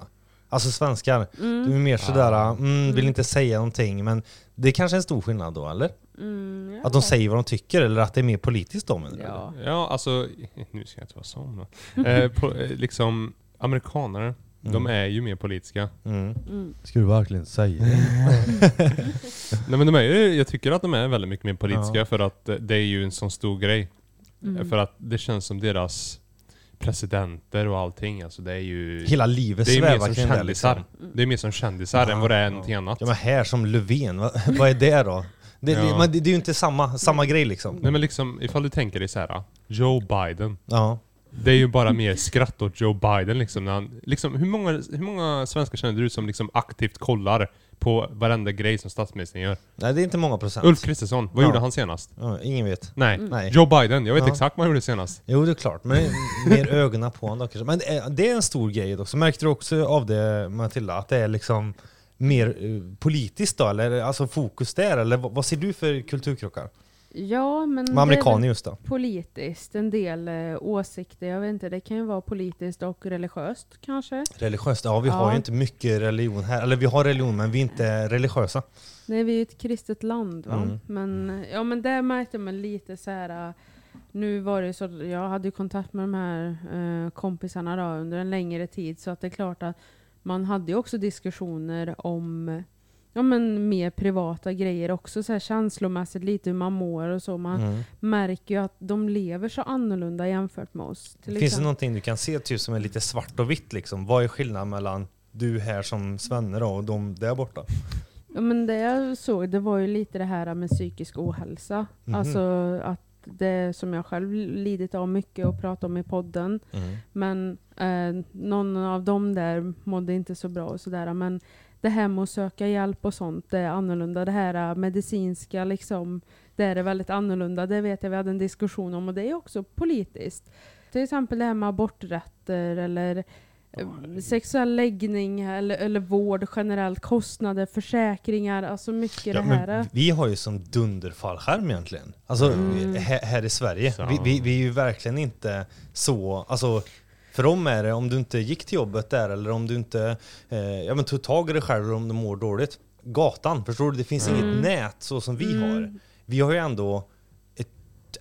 Speaker 1: Alltså svenskar, du är mer sådär,
Speaker 2: Ah.
Speaker 1: mm, vill inte säga någonting, men det är kanske är en stor skillnad då eller?
Speaker 3: mm, ja.
Speaker 1: Att de säger vad de tycker eller att det är mer politiskt då menar du?
Speaker 3: Ja.
Speaker 2: Ja, alltså, nu ska jag inte vara sån då. Eh, po- eh, liksom, amerikanare, de är ju mer politiska.
Speaker 1: Mm.
Speaker 3: Mm.
Speaker 1: Ska du verkligen säga det?
Speaker 2: Nej men de är ju, jag tycker att de är väldigt mycket mer politiska
Speaker 1: Ja.
Speaker 2: för att eh, det är ju en sån stor grej. Eh,
Speaker 3: Mm.
Speaker 2: För att det känns som deras presidenter och allting, alltså det är ju...
Speaker 1: Hela livet
Speaker 2: det är ju mer
Speaker 1: svävar
Speaker 2: som
Speaker 1: kring det.
Speaker 2: kändisar.
Speaker 1: Liksom.
Speaker 2: Det är mer som kändisar än vad det är någonting annat.
Speaker 1: Ja men här som Löfven, vad, vad är det då? Det, det,
Speaker 2: Ja.
Speaker 1: men det, det är ju inte samma, samma grej liksom.
Speaker 2: Nej men liksom, ifall du tänker dig så här, Joe Biden.
Speaker 1: Ja.
Speaker 2: Det är ju bara mer skratt åt Joe Biden liksom. När han, liksom hur, många, hur många svenskar känner du som liksom aktivt kollar på varenda grej som statsministern gör?
Speaker 1: Nej det är inte många procent.
Speaker 2: Ulf Kristersson, vad
Speaker 1: Ja.
Speaker 2: gjorde han senast?
Speaker 1: Ja, ingen vet.
Speaker 2: Nej.
Speaker 1: Nej.
Speaker 2: Joe Biden, jag vet
Speaker 1: Ja.
Speaker 2: exakt vad han gjorde senast.
Speaker 1: Jo det är klart, men mer ögonen på honom då kanske. Men eh, det är en stor grej också. Märkte du också av det Matilda, att det är liksom mer eh, politiskt då? Eller alltså fokus där? Eller vad, vad ser du för kulturkrockar?
Speaker 3: ja, men... Mm, det är
Speaker 1: Med amerikaner
Speaker 3: väl
Speaker 1: just då?
Speaker 3: Politiskt, en del eh, åsikter, jag vet inte, det kan ju vara politiskt och religiöst kanske.
Speaker 1: Religiöst? Ja vi har
Speaker 3: Ja.
Speaker 1: ju inte mycket religion här. Eller vi har religion men vi är inte religiösa.
Speaker 3: Nej, vi är ju ett kristet land. Va?
Speaker 1: Mm.
Speaker 3: Men, ja, men där märkte man lite så här. äh, Nu var det ju så, jag hade ju kontakt med de här eh, kompisarna då, under en längre tid. Så att det är klart att man hade ju också diskussioner om ja, men mer privata grejer också. Så här, känslomässigt lite hur man mår och så. Man
Speaker 1: Mm.
Speaker 3: märker ju att de lever så annorlunda jämfört med oss. Till
Speaker 1: Finns det
Speaker 3: exempel.
Speaker 1: någonting du kan se typ, som är lite svart och vitt? Liksom? Vad är skillnaden mellan du här som Svenne då, och de där borta?
Speaker 3: Ja, men det jag såg det var ju lite det här med psykisk ohälsa.
Speaker 1: Mhm.
Speaker 3: Alltså att det som jag själv lidit av mycket och pratat om i podden.
Speaker 1: Mm.
Speaker 3: Men eh, någon av dem där mådde inte så bra och sådär. Men det här med att söka hjälp och sånt det är annorlunda. Det här eh, medicinska liksom, det är väldigt annorlunda. Det vet jag vi hade en diskussion om och det är också politiskt. Till exempel det här med aborträtter eller eh, sexuell läggning eller, eller vård generellt, kostnader, försäkringar, alltså mycket
Speaker 1: Ja,
Speaker 3: det här.
Speaker 1: men
Speaker 3: eh.
Speaker 1: vi har ju som dunderfallskärm egentligen. Alltså
Speaker 3: Mm.
Speaker 1: vi- här, här i Sverige.
Speaker 2: Så.
Speaker 1: Vi, vi, vi är ju verkligen inte så, alltså för dem är det om du inte gick till jobbet där eller om du inte eh, ja, men tog tag i dig själv eller om du mår dåligt. Gatan, förstår du? Det finns
Speaker 3: Mm.
Speaker 1: inget nät så som vi har. Vi har ju ändå ett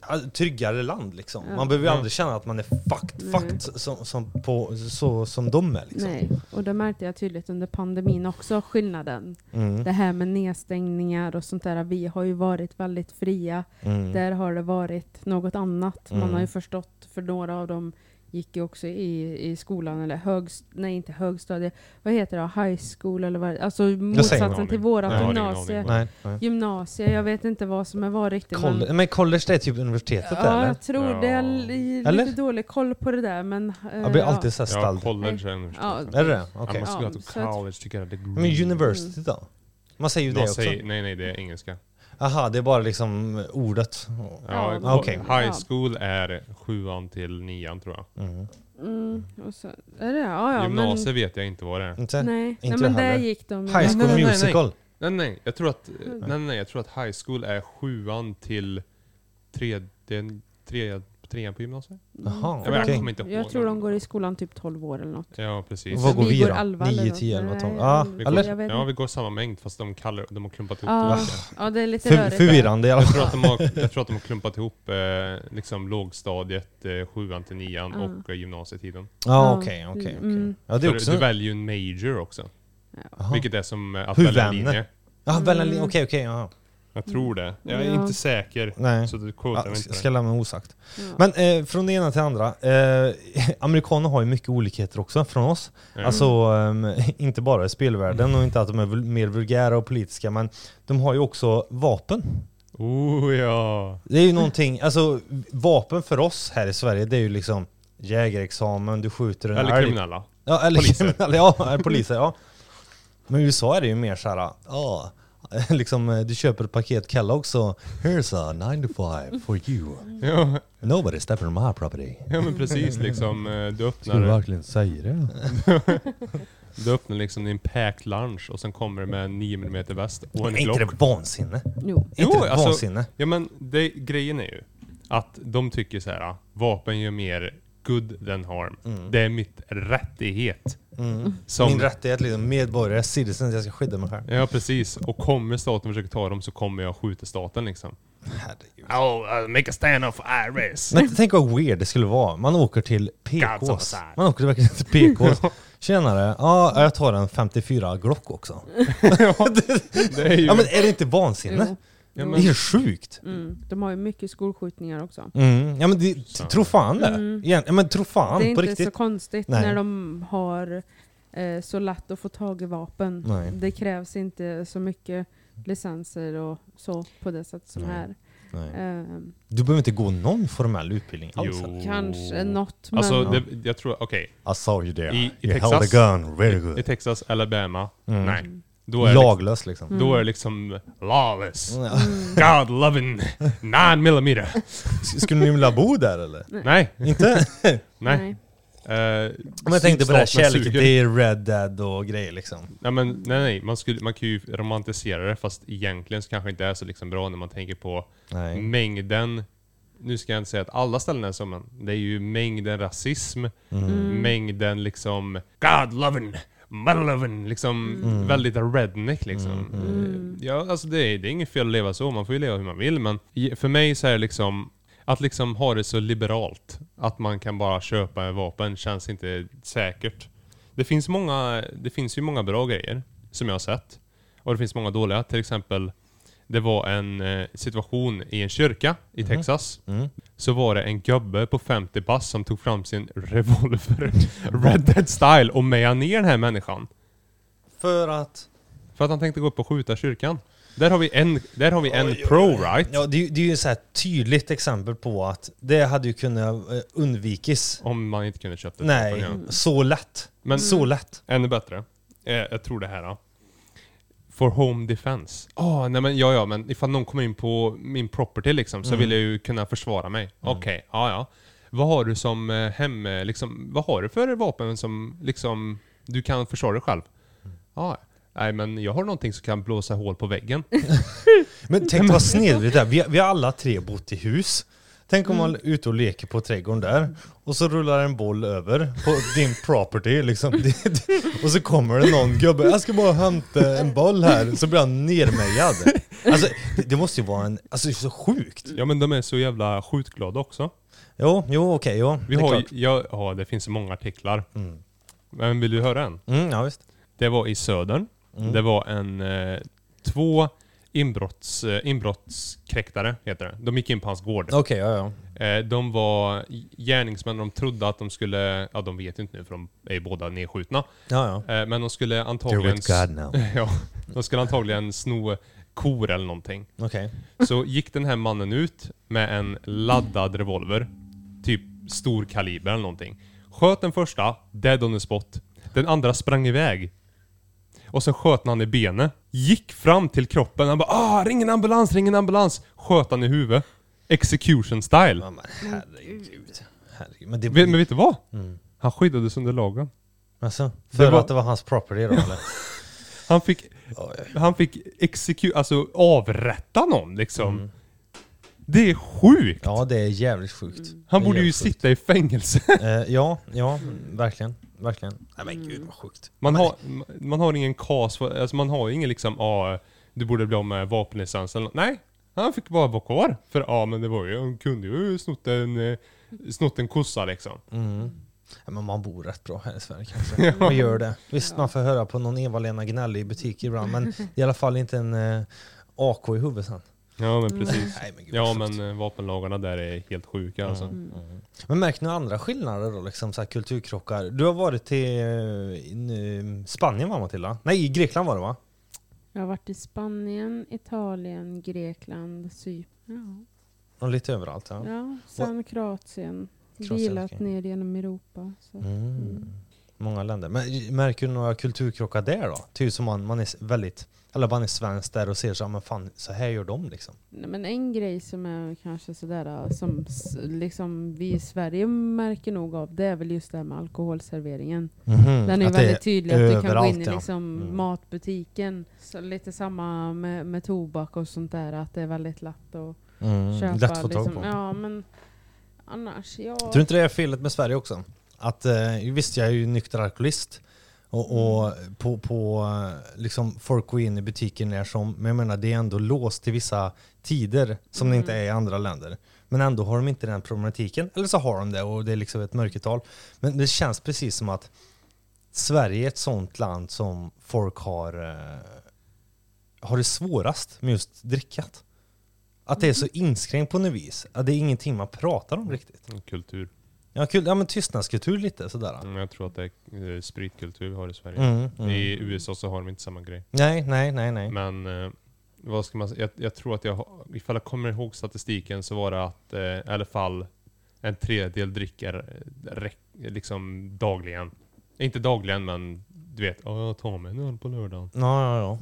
Speaker 1: ja, tryggare land liksom.
Speaker 3: Ja. Mm.
Speaker 1: Man behöver ju
Speaker 2: Ja.
Speaker 1: aldrig känna att man är fucked,
Speaker 3: Nej.
Speaker 1: fucked som, som, på, så, som de är liksom.
Speaker 3: Nej, och det märkte jag tydligt under pandemin också, skillnaden.
Speaker 1: Mm.
Speaker 3: Det här med nedstängningar och sånt där. Vi har ju varit väldigt fria.
Speaker 1: Mm.
Speaker 3: Där har det varit något annat. Man
Speaker 1: Mm.
Speaker 3: har ju förstått, för några av dem gick ju också i, i skolan, eller högst, nej inte högstadiet, vad heter det, high school eller vad Alltså motsatsen till
Speaker 2: aning.
Speaker 3: vårat
Speaker 2: Jag har ingen
Speaker 3: gymnasie.
Speaker 2: aning.
Speaker 1: Nej, nej.
Speaker 3: Gymnasie, jag vet inte vad som är vad riktigt. men-
Speaker 1: Coll- men college det är typ universitetet
Speaker 3: ja,
Speaker 1: eller?
Speaker 3: jag tror det. Jag har li-
Speaker 1: Eller?
Speaker 3: lite dålig koll på det där men... eh,
Speaker 1: Jag blir
Speaker 3: ja.
Speaker 1: alltid så här
Speaker 2: Ja,
Speaker 1: ställd.
Speaker 2: college är universitet.
Speaker 3: Ja.
Speaker 1: Är det det? Okej.
Speaker 2: Man skulle
Speaker 3: Ja,
Speaker 2: ha to
Speaker 3: så att-
Speaker 2: college to get a degree.
Speaker 1: Men university då? Man säger ju det
Speaker 2: De
Speaker 1: också.
Speaker 2: säger, nej, nej, det är engelska.
Speaker 1: Aha, det är bara liksom ordet.
Speaker 2: Ja,
Speaker 3: Ja,
Speaker 2: ko-
Speaker 1: okej.
Speaker 2: High
Speaker 3: Ja.
Speaker 2: school är sjuan till nian tror jag.
Speaker 1: Mm.
Speaker 3: Mm, och så, är det? Ja, ja, men,
Speaker 2: Gymnasiet vet jag inte vad det är.
Speaker 1: Inte?
Speaker 3: Nej, nej
Speaker 1: jag
Speaker 3: men där
Speaker 1: heller.
Speaker 3: gick de. ju.
Speaker 1: High
Speaker 2: Nej,
Speaker 1: School
Speaker 2: nej, nej, nej.
Speaker 1: Musical.
Speaker 2: Nej nej, jag tror att,
Speaker 3: Mm.
Speaker 2: nej, nej, nej, jag tror att high school är sjuan till tre, det är en tre, trean på gymnasiet.
Speaker 1: Jaha,
Speaker 2: Jag, vet, jag
Speaker 1: okej.
Speaker 2: kommer inte ihåg.
Speaker 3: Mm. Jag tror de går i skolan typ 12 år eller något.
Speaker 2: Ja, precis.
Speaker 1: Vad går
Speaker 3: Vi
Speaker 1: vi
Speaker 3: går
Speaker 1: då?
Speaker 3: elva
Speaker 1: 9,
Speaker 3: eller
Speaker 1: 10,
Speaker 3: något.
Speaker 1: 11, 12?
Speaker 3: Nej,
Speaker 1: Ja,
Speaker 2: Vi
Speaker 1: eller?
Speaker 3: jag vet
Speaker 2: Ja,
Speaker 3: inte. Ah.
Speaker 2: vi går samma mängd fast de, kallar, de har klumpat ihop
Speaker 3: Ja,
Speaker 2: det.
Speaker 3: ja, det är lite
Speaker 1: För,
Speaker 3: rörigt.
Speaker 1: förvirrande i alla
Speaker 2: Jag
Speaker 1: fall.
Speaker 2: tror, att de har, jag tror att de har klumpat ihop eh, liksom lågstadiet, eh, sjuan till nian
Speaker 3: Ja.
Speaker 2: och eh, gymnasietiden.
Speaker 1: Ja,
Speaker 3: Ja.
Speaker 1: okej, okej. okej.
Speaker 3: Mm.
Speaker 1: Ja, det
Speaker 2: För
Speaker 1: är också...
Speaker 2: Du väljer ju en major också,
Speaker 1: Aha.
Speaker 2: vilket är som eh, att
Speaker 1: Huvudämne.
Speaker 2: välja linje.
Speaker 1: Ja, väl en li- okej, okej, jaha.
Speaker 2: Jag tror det. Jag är
Speaker 3: Mm. Ja.
Speaker 2: inte säker.
Speaker 1: Nej.
Speaker 2: Så du
Speaker 1: Ja,
Speaker 2: quotar mig
Speaker 1: ska
Speaker 2: inte.
Speaker 1: ska
Speaker 2: Ska...
Speaker 1: lämna mig osagt.
Speaker 3: Ja.
Speaker 1: Men eh, från det ena till andra. Eh, amerikaner har ju mycket olikheter också från oss. Alltså, ehm, inte bara i spelvärlden och inte att de är vul- mer vulgära och politiska, men de har ju också vapen.
Speaker 2: Oh ja.
Speaker 1: Det är ju någonting, alltså vapen för oss här i Sverige, det är ju liksom jägarexamen, du skjuter en
Speaker 2: Eller
Speaker 1: älg.
Speaker 2: kriminella.
Speaker 1: Ja, eller
Speaker 2: Poliser.
Speaker 1: kriminella. Ja, eller poliser, ja. Men i USA är det ju mer såhär, ja, liksom eh, du köper ett paket Kellogg's och here's a 9 to 5 for you.
Speaker 3: Mm.
Speaker 2: Ja,
Speaker 1: Nobody stepping on my property.
Speaker 2: ja men precis liksom. eh, Du
Speaker 1: Ska du
Speaker 2: öppnar,
Speaker 1: verkligen säga det?
Speaker 2: du öppnar liksom din packed lunch och sen kommer det med en 9 mm väst och en
Speaker 1: Är inte
Speaker 2: Glock.
Speaker 1: det vansinne?
Speaker 3: Jo.
Speaker 1: Är inte
Speaker 2: Jo,
Speaker 1: det
Speaker 2: alltså-
Speaker 1: vansinne?
Speaker 2: Ja men det, grejen är ju att de tycker så här. vapen gör mer good than harm. Det är mitt rättighet.
Speaker 1: Mm.
Speaker 2: Som,
Speaker 1: Min rättighet liksom, medborgare, citizen, jag ska skydda mig själv.
Speaker 2: Ja precis. Och kommer staten försöka ta dem så kommer jag skjuta staten liksom.
Speaker 1: Herregud.
Speaker 2: Oh,
Speaker 1: uh,
Speaker 2: I'll make a stand off Iris.
Speaker 1: Men tänk vad weird det skulle vara. Man åker till
Speaker 2: God's on the
Speaker 1: PKs.
Speaker 2: side.
Speaker 1: Man åker verkligen till PKs. Tjenare, ja jag tar en 54 Glock också.
Speaker 2: Det är ju...
Speaker 1: Ja men är det inte vansinne?
Speaker 3: Jo.
Speaker 2: Ja,
Speaker 1: Det
Speaker 2: men-
Speaker 1: är ju sjukt.
Speaker 3: Mm. De har ju mycket skolskjutningar också.
Speaker 1: Mm. Ja men det, tro fan det. Igen, ja, men tro fan
Speaker 3: Mm. det är
Speaker 1: på
Speaker 3: inte så
Speaker 1: riktigt.
Speaker 3: konstigt
Speaker 1: Nej.
Speaker 3: när de har eh, så lätt att få tag i vapen.
Speaker 1: Nej.
Speaker 3: Det krävs inte så mycket licenser och så på det sätt som
Speaker 1: Nej.
Speaker 3: här.
Speaker 1: Nej.
Speaker 3: Ehm,
Speaker 1: Du behöver inte gå någon formell utbildning alls.
Speaker 2: Jo.
Speaker 3: kanske något men...
Speaker 2: Alltså, det, jag tror, okej.
Speaker 1: I saw you there.
Speaker 2: I- i
Speaker 1: you held a
Speaker 2: Texas-
Speaker 1: gun very
Speaker 2: I
Speaker 1: good.
Speaker 2: Texas, Alabama,
Speaker 1: Mm.
Speaker 2: nej. Då är, det,
Speaker 1: Laglös liksom.
Speaker 3: Mm.
Speaker 2: då är det liksom lawless.
Speaker 1: Ja.
Speaker 2: God loving 9 millimeter.
Speaker 1: S- Skulle ni vilja bo där eller?
Speaker 2: Nej,
Speaker 1: Inte?
Speaker 2: nej. Eh,
Speaker 1: Om jag tänkte på det här
Speaker 2: staten
Speaker 1: kärleken
Speaker 2: suger.
Speaker 1: till Red Dead och grejer liksom.
Speaker 2: Nej, men, nej, nej. Man, skulle, man kan ju romantisera det fast egentligen så kanske inte är så liksom bra när man tänker på
Speaker 1: Nej.
Speaker 2: mängden nu ska jag inte säga att alla ställen är så, men det är ju mängden rasism,
Speaker 1: Mm.
Speaker 2: mängden liksom God loving, mother loving, liksom väldigt redneck liksom. Eh, Ja, alltså det är, det är inget fel att leva så, man får ju leva hur man vill, men i- för mig så är det liksom att liksom ha det så liberalt, att man kan bara köpa en vapen, känns inte säkert. Det finns, många, det finns ju många bra grejer som jag har sett. Och det finns många dåliga. Till exempel, det var en eh, situation i en kyrka i Texas. Så var det en gubbe på 50 pass som tog fram sin revolver, Red Dead Style, och mejade ner den här människan.
Speaker 1: För att...
Speaker 2: För att han tänkte gå upp och skjuta kyrkan. Där har vi en, där har vi en pro right.
Speaker 1: Ja, det, är ju- det är ju ett så här tydligt exempel på att det hade ju kunnat eh, undvikes.
Speaker 2: Om man inte kunde köpt ett
Speaker 1: Nej,
Speaker 2: vapen, ja.
Speaker 1: så lätt.
Speaker 2: Men
Speaker 1: Så lätt.
Speaker 2: ännu bättre. Eh, jag tror det här. Då. For home defense. Ah, nej men ja, ja, men ifall någon kommer in på min property liksom, så vill jag ju kunna försvara mig. Okej, ja, ja. Vad har du som eh, hem... eh, Liksom, vad har du för vapen som liksom, du kan försvara dig själv? Ja, nej men jag har någonting som kan blåsa hål på väggen.
Speaker 1: Men tänk vad snedvrigt det är. Vi, vi har alla tre bott i hus. Tänk om man är ute och leker på trädgården där och så rullar en boll över på din property liksom. Det- det- och så kommer det någon gubbe, jag ska bara hämta en boll här, så blir han nermejad. Alltså det, det måste ju vara en, alltså det är så sjukt.
Speaker 2: Ja men de är så jävla skjutglada också.
Speaker 1: Jo, jo okej, jo.
Speaker 2: Vi
Speaker 1: det är
Speaker 2: har, ju-
Speaker 1: klart.
Speaker 2: ja, ja, det finns så många artiklar.
Speaker 1: Mm.
Speaker 2: Men vill du höra en?
Speaker 1: Mm, ja visst.
Speaker 2: Det var i södern.
Speaker 1: Mm.
Speaker 2: Det var en... Eh, två inbrotts, eh, inbrottskräktare, heter det. De gick in på hans gård.
Speaker 1: Okej, ja ja.
Speaker 2: Eh, de var gärningsmän, de trodde att de skulle... Ja, de vet ju inte nu för de är ju båda nedskjutna.
Speaker 1: Ja ja.
Speaker 2: Eh, men de skulle
Speaker 1: You're
Speaker 2: antagligen...
Speaker 1: with God now.
Speaker 2: ja, de skulle antagligen sno kor eller någonting.
Speaker 1: Okej.
Speaker 2: Så gick den här mannen ut med en laddad revolver. Typ stor kaliber eller någonting. Sköt den första, dead on the spot. Den andra sprang iväg. Och så sköt han i benet. Gick fram till kroppen. Han bara ah, ring en ambulans, ring en ambulans. Sköt han i huvudet. Execution style.
Speaker 1: Ja, men herregud. herregud. Men det,
Speaker 2: Vet- Men vet du vad?
Speaker 1: Mm.
Speaker 2: Han skyddades under lagen.
Speaker 1: alltså, för
Speaker 2: var-
Speaker 1: att det var hans property då eller?
Speaker 2: Han fick,
Speaker 1: Oj.
Speaker 2: han fick execu- alltså avrätta någon liksom.
Speaker 1: Mm.
Speaker 2: Det är sjukt!
Speaker 1: Ja det är jävligt sjukt.
Speaker 2: Han
Speaker 1: Det är
Speaker 2: borde ju
Speaker 1: jävligt sjukt.
Speaker 2: sitta i fängelse.
Speaker 1: Eh, ja, ja, verkligen. Verkligen. Nej men gud vad sjukt.
Speaker 2: Man har, man har ingen KAS, för- alltså man har ju ingen liksom ah, du borde bli av med vapenlicensen. Nej, han fick bara vara kvar. För ja, men det var ju, han kunde ju snott en, eh, snott en kossa liksom.
Speaker 1: Mm. Ja, men man bor rätt bra här i Sverige kanske. Man gör det. Visst, man får höra på någon Eva-Lena Gnelli i butik ibland, men i alla fall inte en eh, AK i huvudet sen.
Speaker 2: Ja men precis.
Speaker 1: Nej, men gud,
Speaker 2: Mm. Ja
Speaker 1: vad sjukt.
Speaker 2: men eh, vapenlagarna där är helt sjuka alltså.
Speaker 1: Mm.
Speaker 3: Mm.
Speaker 1: Men märker ni några andra skillnader då, liksom så här kulturkrockar? Du har varit till eh, in, eh, Spanien va Matilda? Nej, i Grekland var det va?
Speaker 3: Jag har varit i Spanien, Italien, Grekland, Cypern.
Speaker 1: Och lite överallt. Ja.
Speaker 3: Ja. Ja, sen Kroatien.
Speaker 1: Kroatien,
Speaker 3: Bilat
Speaker 1: okej.
Speaker 3: ner genom Europa. Så.
Speaker 1: Mm. Många länder. Men eh, märker du några kulturkrockar där då? Typ som man, man är s- väldigt, eller man är svensk där och ser så här, men fan, så här gör de liksom.
Speaker 3: Nej, men en grej som är kanske sådär äh, som s- liksom vi i Sverige märker nog av det är väl just det här med alkoholserveringen. Mm. Den är
Speaker 1: Mm.
Speaker 3: ju
Speaker 1: Att det
Speaker 3: väldigt tydlig att du kan gå
Speaker 1: överallt,
Speaker 3: in i
Speaker 1: ja.
Speaker 3: liksom
Speaker 1: Mm.
Speaker 3: matbutiken. Så lite samma med, med tobak och sånt där att det är väldigt lätt att
Speaker 1: Mm,
Speaker 3: köpa.
Speaker 1: lätt att få tag
Speaker 3: liksom.
Speaker 1: på.
Speaker 3: Ja men annars, ja.
Speaker 1: Tror du inte det är felet med Sverige också? Att eh, visst, jag är ju nykter alkoholist. Och, och på, på eh, liksom folk går in i butiken där som, men jag menar det är ändå låst till vissa tider som det inte är i andra länder. Men ändå har de inte den problematiken. Eller så har de det och det är liksom ett mörkertal. Men det känns precis som att Sverige är ett sånt land som folk har, eh, har det svårast med just drickat. Att det är så inskränkt på något vis. Att det är ingenting man pratar om riktigt.
Speaker 2: Kultur.
Speaker 1: Ja, kul. Ja, men tystnadskultur lite sådär.
Speaker 2: Mm, Jag tror att det är eh, spritkultur vi har i Sverige.
Speaker 1: Mm, mm.
Speaker 2: I USA så har de inte samma grej.
Speaker 1: Nej, nej, nej, nej.
Speaker 2: Men eh, vad ska man säga? Jag, jag tror att jag, har- ifall jag kommer ihåg statistiken så var det att eh, i alla fall en tredjedel dricker eh, räck- liksom dagligen. Inte dagligen men du vet, ja jag tar mig en öl på lördagen.
Speaker 1: Ja, ja,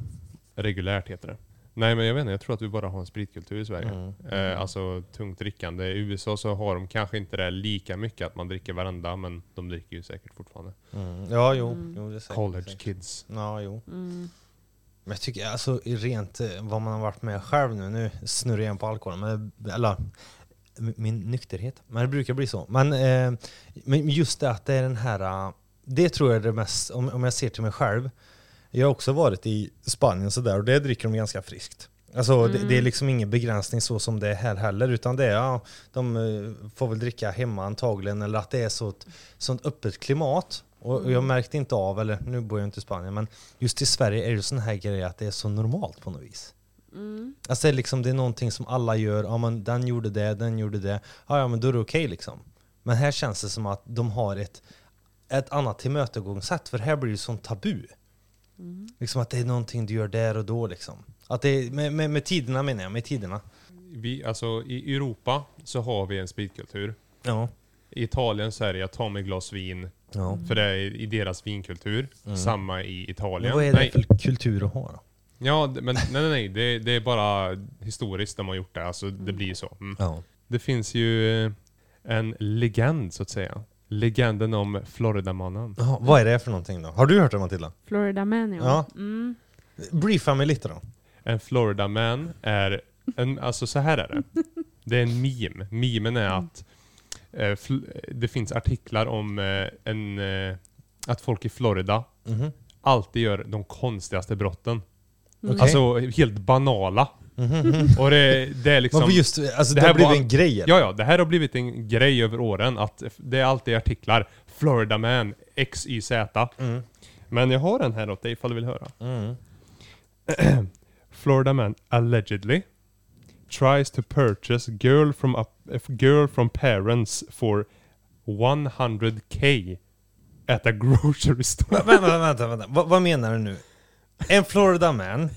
Speaker 2: Regulärt heter det. Nej men jag vet inte, jag tror att vi bara har en spritkultur i
Speaker 1: ja.
Speaker 2: Sverige.
Speaker 1: Mm.
Speaker 2: Eh, alltså tungt drickande. I USA så har de kanske inte det lika mycket att man dricker varenda men de dricker ju säkert fortfarande.
Speaker 1: Mm. Ja, jo.
Speaker 3: Mm.
Speaker 1: jo det är säkert,
Speaker 2: College
Speaker 1: säkert.
Speaker 2: kids.
Speaker 1: Ja, jo.
Speaker 3: Mm.
Speaker 1: Men jag tycker alltså i rent eh, vad man har varit med själv nu, nu snurrar jag igen på alkoholen, men, eller m- min nykterhet. Men det brukar bli så. Men, eh, men just det att det är den här, eh, det tror jag är det mest, om, om jag ser till mig själv. Jag har också varit i Spanien sådär och där dricker de ganska friskt. Alltså det, det är liksom ingen begränsning så som det är här heller, utan det är, ja, de eh, får väl dricka hemma antagligen, eller att det är så ett, sånt öppet klimat. Och och jag märkte inte av, eller nu bor jag inte i Spanien, men just i Sverige är det ju sån här grejer att det är så normalt på något vis.
Speaker 3: Mm.
Speaker 1: Alltså det är, liksom, det är någonting som alla gör, ja men den gjorde det, den gjorde det, ja, ja men då är det okej liksom. Men här känns det som att de har ett, ett annat tillmötesgångssätt, för här blir det sånt tabu.
Speaker 3: Mm.
Speaker 1: Liksom att det är någonting du gör där och då liksom. Att det är, med, med, med tiderna menar jag, med tiderna.
Speaker 2: Vi, alltså i Europa så har vi en spritkultur.
Speaker 1: Ja.
Speaker 2: I Italien så är det jag tar mig ett glas vin,
Speaker 1: ja.
Speaker 2: för det är i deras vinkultur. Samma i
Speaker 1: Mm. Men
Speaker 2: Italien.
Speaker 1: vad är det
Speaker 2: Nej,
Speaker 1: för kultur att ha då?
Speaker 2: Ja, d- men nej nej nej. Det, det är bara historiskt de har gjort det. Alltså det blir ju så. Mm.
Speaker 1: Ja.
Speaker 2: Det finns ju eh, en legend så att säga. Legenden om Floridamannen.
Speaker 1: Jaha, vad är det för någonting då? Har du hört det Matilda?
Speaker 3: Florida Man ja.
Speaker 1: Ja.
Speaker 3: Mm.
Speaker 1: Briefa mig lite då.
Speaker 2: En Floridaman är, en, alltså så här är det. Det är en meme. Memen är att eh, fl- det finns artiklar om eh, en, eh, att folk i Florida
Speaker 1: Mhm.
Speaker 2: alltid gör de konstigaste brotten.
Speaker 1: Okej.
Speaker 2: Alltså helt banala. Och det, det är liksom...
Speaker 1: Vad var just, alltså,
Speaker 2: Det
Speaker 1: det,
Speaker 2: här
Speaker 1: har blivit
Speaker 2: var-
Speaker 1: en grej eller?
Speaker 2: Ja, ja, det här har blivit en grej över åren att det är alltid artiklar. Florida man, XYZ.
Speaker 1: Mm.
Speaker 2: Men jag har den här åt dig ifall du vill höra.
Speaker 1: Mm.
Speaker 2: Florida man allegedly tries to purchase girl from a, a girl from parents for 100k at a grocery store.
Speaker 1: Vä- Vänta, vänta, vänta. Va, vad menar du nu? En Florida man?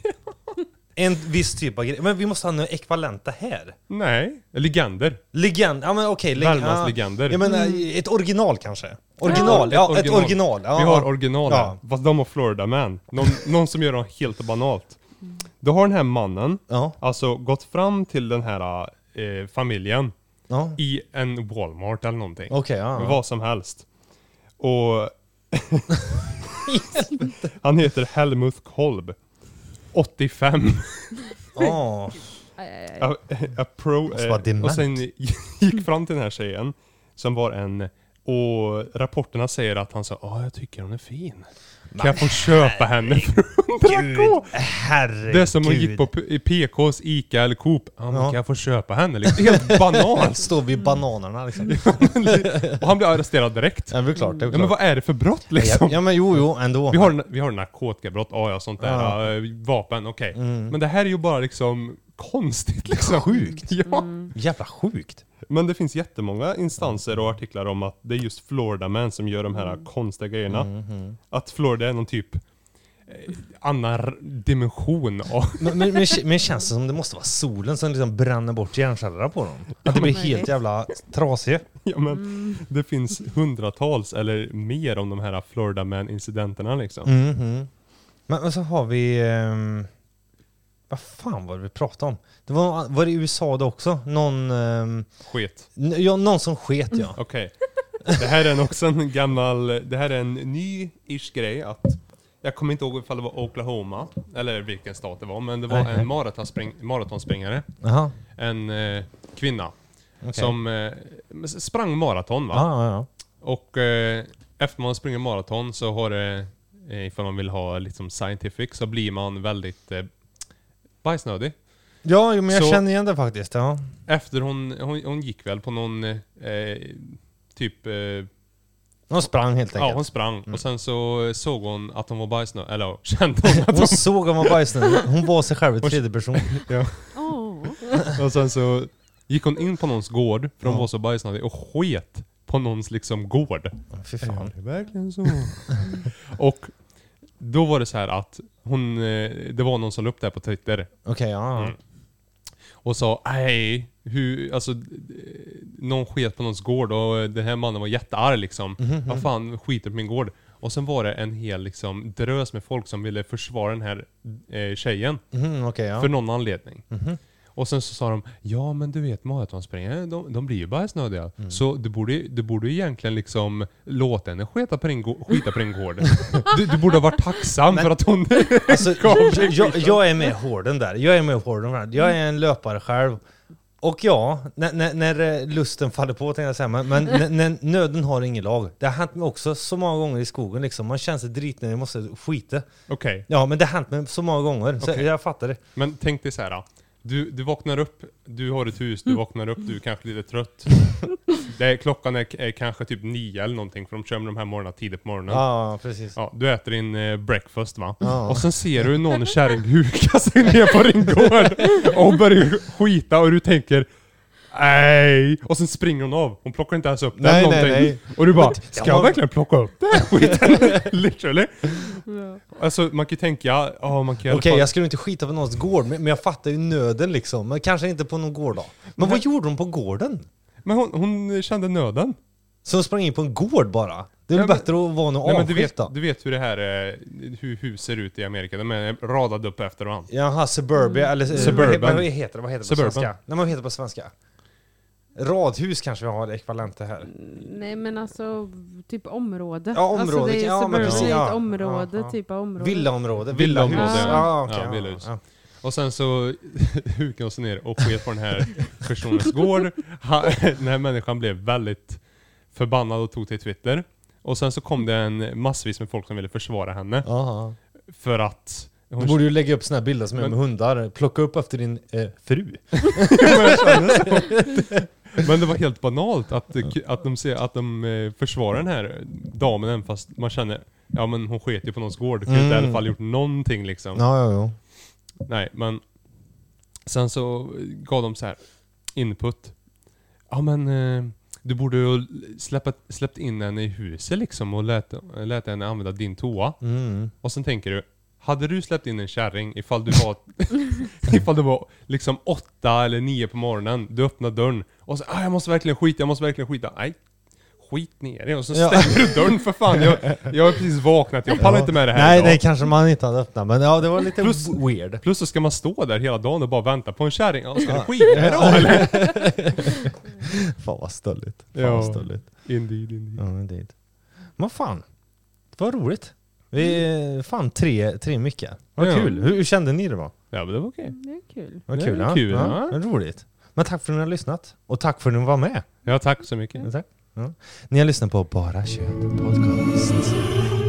Speaker 1: En viss typ av grej. Men vi måste ha några ekvivalenta här.
Speaker 2: Nej, legender.
Speaker 1: Legend, ja men okej. leg-
Speaker 2: Värmlands
Speaker 1: ja.
Speaker 2: legender.
Speaker 1: Jag menar, ett original kanske? Original,
Speaker 2: Ett
Speaker 1: ja, ett
Speaker 2: original.
Speaker 1: original. Ja,
Speaker 2: Vi har
Speaker 1: ja.
Speaker 2: originalen, fast de har Florida man. Någon, någon som gör något helt banalt. Då har den här mannen
Speaker 1: Ja,
Speaker 2: alltså gått fram till den här eh, familjen
Speaker 1: ja.
Speaker 2: i en Walmart eller någonting.
Speaker 1: Okej, ja. ja.
Speaker 2: Vad som helst. Och... han heter Helmut Kolb. 85.
Speaker 1: Ja.
Speaker 3: Aj, aj, aj.
Speaker 2: A, a pro, eh,
Speaker 1: Måste vara
Speaker 2: och
Speaker 1: dement.
Speaker 2: sen gick fram till den här tjejen som var en och rapporterna säger att han sa ja jag tycker hon är fin. Kan jag få köpa henne för 100k?
Speaker 1: Gud, herregud.
Speaker 2: Det är som hon gick på P- PKs, Ica eller Coop. Ja, men
Speaker 1: Ja.
Speaker 2: Kan jag få köpa henne? Liksom. Helt banalt.
Speaker 1: Står vid bananerna liksom.
Speaker 2: och han blev arresterad direkt.
Speaker 1: Ja, det är klart. Det är
Speaker 2: Ja, men
Speaker 1: klart.
Speaker 2: vad är det för brott liksom?
Speaker 1: Ja, ja men jo, jo, ändå.
Speaker 2: Vi har, vi har narkotikabrott, ja ja sånt där,
Speaker 1: Ja. Mm.
Speaker 2: eh, vapen, okej. Men det här är ju bara liksom konstigt liksom.
Speaker 1: Sjukt.
Speaker 2: Ja.
Speaker 1: Jävla sjukt.
Speaker 2: Men det finns jättemånga instanser och artiklar om att det är just Florida man som gör de här konstiga grejerna. Att Florida är någon typ eh, annan r- dimension av...
Speaker 1: Men, men, men, men känns det som det måste vara solen som liksom bränner bort hjärncellerna på dem? Att det blir helt jävla trasiga?
Speaker 2: ja, men Det finns hundratals eller mer om de här Florida man incidenterna liksom.
Speaker 1: Mhm. Men och så har vi... ehm, vad fan var det vi pratade om? Det var, var det i USA då också? Någon, ehm,
Speaker 2: Skit.
Speaker 1: n- ja, någon som sket ja.
Speaker 2: Okej. Det här är en också en gammal, det här är en ny-ish grej att jag kommer inte ihåg ifall det var Oklahoma, eller vilken stat det var, men det var
Speaker 1: Nej, nej.
Speaker 2: en maratonspring, maratonspringare,
Speaker 1: Jaha.
Speaker 2: en eh, kvinna,
Speaker 1: okej.
Speaker 2: som eh, sprang maraton va?
Speaker 1: Ja, ja,
Speaker 2: Och eh, efter man springer maraton så har det, eh, ifall man vill ha liksom scientific, så blir man väldigt eh, bajsnödig.
Speaker 1: ja. ja, jo, men jag
Speaker 2: Så-
Speaker 1: känner igen det faktiskt. Ja.
Speaker 2: Efter hon, hon, hon gick väl på någon eh, typ eh,
Speaker 1: Hon sprang helt
Speaker 2: Ja,
Speaker 1: enkelt.
Speaker 2: hon sprang
Speaker 1: Mm.
Speaker 2: och sen så såg hon att hon var bajsnödig, eller ja, kände hon att
Speaker 1: hon...
Speaker 2: hon...
Speaker 1: såg att hon var bajsnödig. Hon var sig själv i tredje person.
Speaker 3: Åh.
Speaker 2: och sen så gick hon in på någons gård, för hon
Speaker 1: Ja.
Speaker 2: var så bajsnödig, och sket på någons liksom gård.
Speaker 1: Fy fan.
Speaker 2: det verkligen så? och då var det så här att hon, eh, det var någon som la upp det här på Twitter
Speaker 1: Okej, ja.
Speaker 2: Mm. och sa nej, hur, alltså eh, någon sket på någons gård och eh, den här mannen var jättearg liksom. Vad fan skiter på min gård? Och sen var det en hel liksom drös med folk som ville försvara den här eh, tjejen.
Speaker 1: Mhm, Okej, ja.
Speaker 2: För någon anledning. Och sen så sa de, ja men du vet maratonspringare, de, de blir ju bajsnödiga. Så du borde, du borde ju egentligen liksom låta henne skita på din, gå- skita på din gård. Du, du borde ha varit tacksam för att hon...
Speaker 1: Alltså, jag,
Speaker 2: liksom.
Speaker 1: jag, jag är med hården där. Jag är med hården där. Jag är en löpare själv. Och ja, när, när, när eh, lusten faller på tänkte jag säga, men, men när, när nöden har ingen lag. Det har hänt mig också så många gånger i skogen liksom. Man känner sig dritnödig, jag måste skita.
Speaker 2: Okej,
Speaker 1: Ja, men det har hänt mig så många gånger, så
Speaker 2: Okej.
Speaker 1: jag fattar det.
Speaker 2: men tänk dig så här. Du, du vaknar upp, du har ett hus, du vaknar upp, du är kanske lite trött. Det är, klockan är, är kanske typ nio eller någonting, för de kör med de här morgnarna tidigt på morgonen.
Speaker 1: Ja, precis.
Speaker 2: Ja, du äter din eh, breakfast va?
Speaker 1: Ja.
Speaker 2: Och sen ser du någon kärring huka sig ner på din gård och börjar skita och du tänker Nej! Och sen springer hon av. Hon plockar inte ens upp den
Speaker 1: Nej, nej,
Speaker 2: någonting.
Speaker 1: nej.
Speaker 2: Och du bara,
Speaker 1: Men-
Speaker 2: ska
Speaker 1: Ja,
Speaker 2: jag
Speaker 1: men-
Speaker 2: verkligen plocka upp den här skiten? Literally.
Speaker 3: Ja.
Speaker 2: Alltså man kan ju tänka, ja man kan i alla
Speaker 1: Okej,
Speaker 2: fall-
Speaker 1: jag skulle inte skita på någons gård, men men jag fattar ju nöden liksom. Men kanske inte på någon gård då. Men vad gjorde de på gården?
Speaker 2: Men hon, hon kände nöden.
Speaker 1: Som sprang in på en gård bara. Det är väl
Speaker 2: Ja, men-
Speaker 1: bättre att vara någon
Speaker 2: Nej, men du,
Speaker 1: avskilt
Speaker 2: vet,
Speaker 1: då?
Speaker 2: du vet hur det här eh, hur hus ser ut i Amerika. De är radade upp efter varandra.
Speaker 1: Jaha, suburbia eller... eh,
Speaker 2: Mm. Suburban.
Speaker 1: Vad vad heter det, vad heter det på
Speaker 2: Suburban.
Speaker 1: svenska? Nej, men vad heter det på svenska? Radhus kanske vi har ekvivalent till här.
Speaker 3: Nej men alltså typ område.
Speaker 1: Ja,
Speaker 3: Alltså,
Speaker 1: området.
Speaker 3: det är
Speaker 1: Ja, men
Speaker 3: suburban,
Speaker 1: precis.
Speaker 3: det är ett
Speaker 1: Ja.
Speaker 3: område,
Speaker 1: Ja, ja.
Speaker 3: typ av område.
Speaker 1: Villaområde, villahus.
Speaker 2: Villaområde,
Speaker 1: Ja,
Speaker 2: ja.
Speaker 1: ah, okej,
Speaker 2: Ja,
Speaker 1: ja,
Speaker 2: villahus.
Speaker 1: ja.
Speaker 2: Och sen så hukade hon sig ner och sket på den här personens gård. Han, den här människan blev väldigt förbannad och tog till Twitter. Och sen så kom det en massvis med folk som ville försvara henne.
Speaker 1: Aha.
Speaker 2: För att
Speaker 1: Du
Speaker 2: hon
Speaker 1: borde ju lägga upp såna här bilder som är med
Speaker 2: Men-
Speaker 1: hundar. Plocka upp efter din eh, fru.
Speaker 2: Men det var helt banalt att, att de, ser, att de eh, försvarar den här damen även fast man känner Ja men hon sket ju på någons gård, kunde inte i
Speaker 1: Mm.
Speaker 2: alla fall gjort någonting liksom.
Speaker 1: Ja, ja, ja.
Speaker 2: Nej men Sen så gav de så här input Ja men eh, du borde ju släppa, släppt in henne i huset liksom och lät, lät henne använda din toa.
Speaker 1: Mm.
Speaker 2: Och sen tänker du, hade du släppt in en kärring ifall du var, ifall du var liksom åtta eller nio på morgonen, du öppnar dörren och så ah, jag måste verkligen skita, jag måste verkligen skita. Nej, skit ner dig och så
Speaker 1: Ja.
Speaker 2: stänger du dörren för fan. Jag, jag har precis vaknat, jag pallar inte med det här
Speaker 1: Nej,
Speaker 2: idag.
Speaker 1: nej, kanske man inte hade öppnat. Men ja, det var lite
Speaker 2: Plus-
Speaker 1: weird.
Speaker 2: Plus så ska man stå där hela dagen och bara vänta på en kärring. Ja, ska du skita då eller?
Speaker 1: Fan vad stöldigt. Fan
Speaker 2: Ja.
Speaker 1: vad stöldigt.
Speaker 2: Indeed, indeed.
Speaker 1: Ja, men det är det. Men fan. Det var roligt. Vi, fan tre, tre mycket. Vad
Speaker 2: Ja.
Speaker 1: kul. Hur, hur kände ni det var?
Speaker 2: Ja men det var okej.
Speaker 3: Det är kul.
Speaker 1: Vad
Speaker 2: Det
Speaker 1: kul,
Speaker 2: är
Speaker 1: ja.
Speaker 2: kul,
Speaker 1: ja.
Speaker 2: ja.
Speaker 1: Roligt. Men tack för att ni har lyssnat. Och tack för att ni var med.
Speaker 2: Ja tack så mycket.
Speaker 1: Tack. Ja. Ni har lyssnat på Bara Kött Podcast.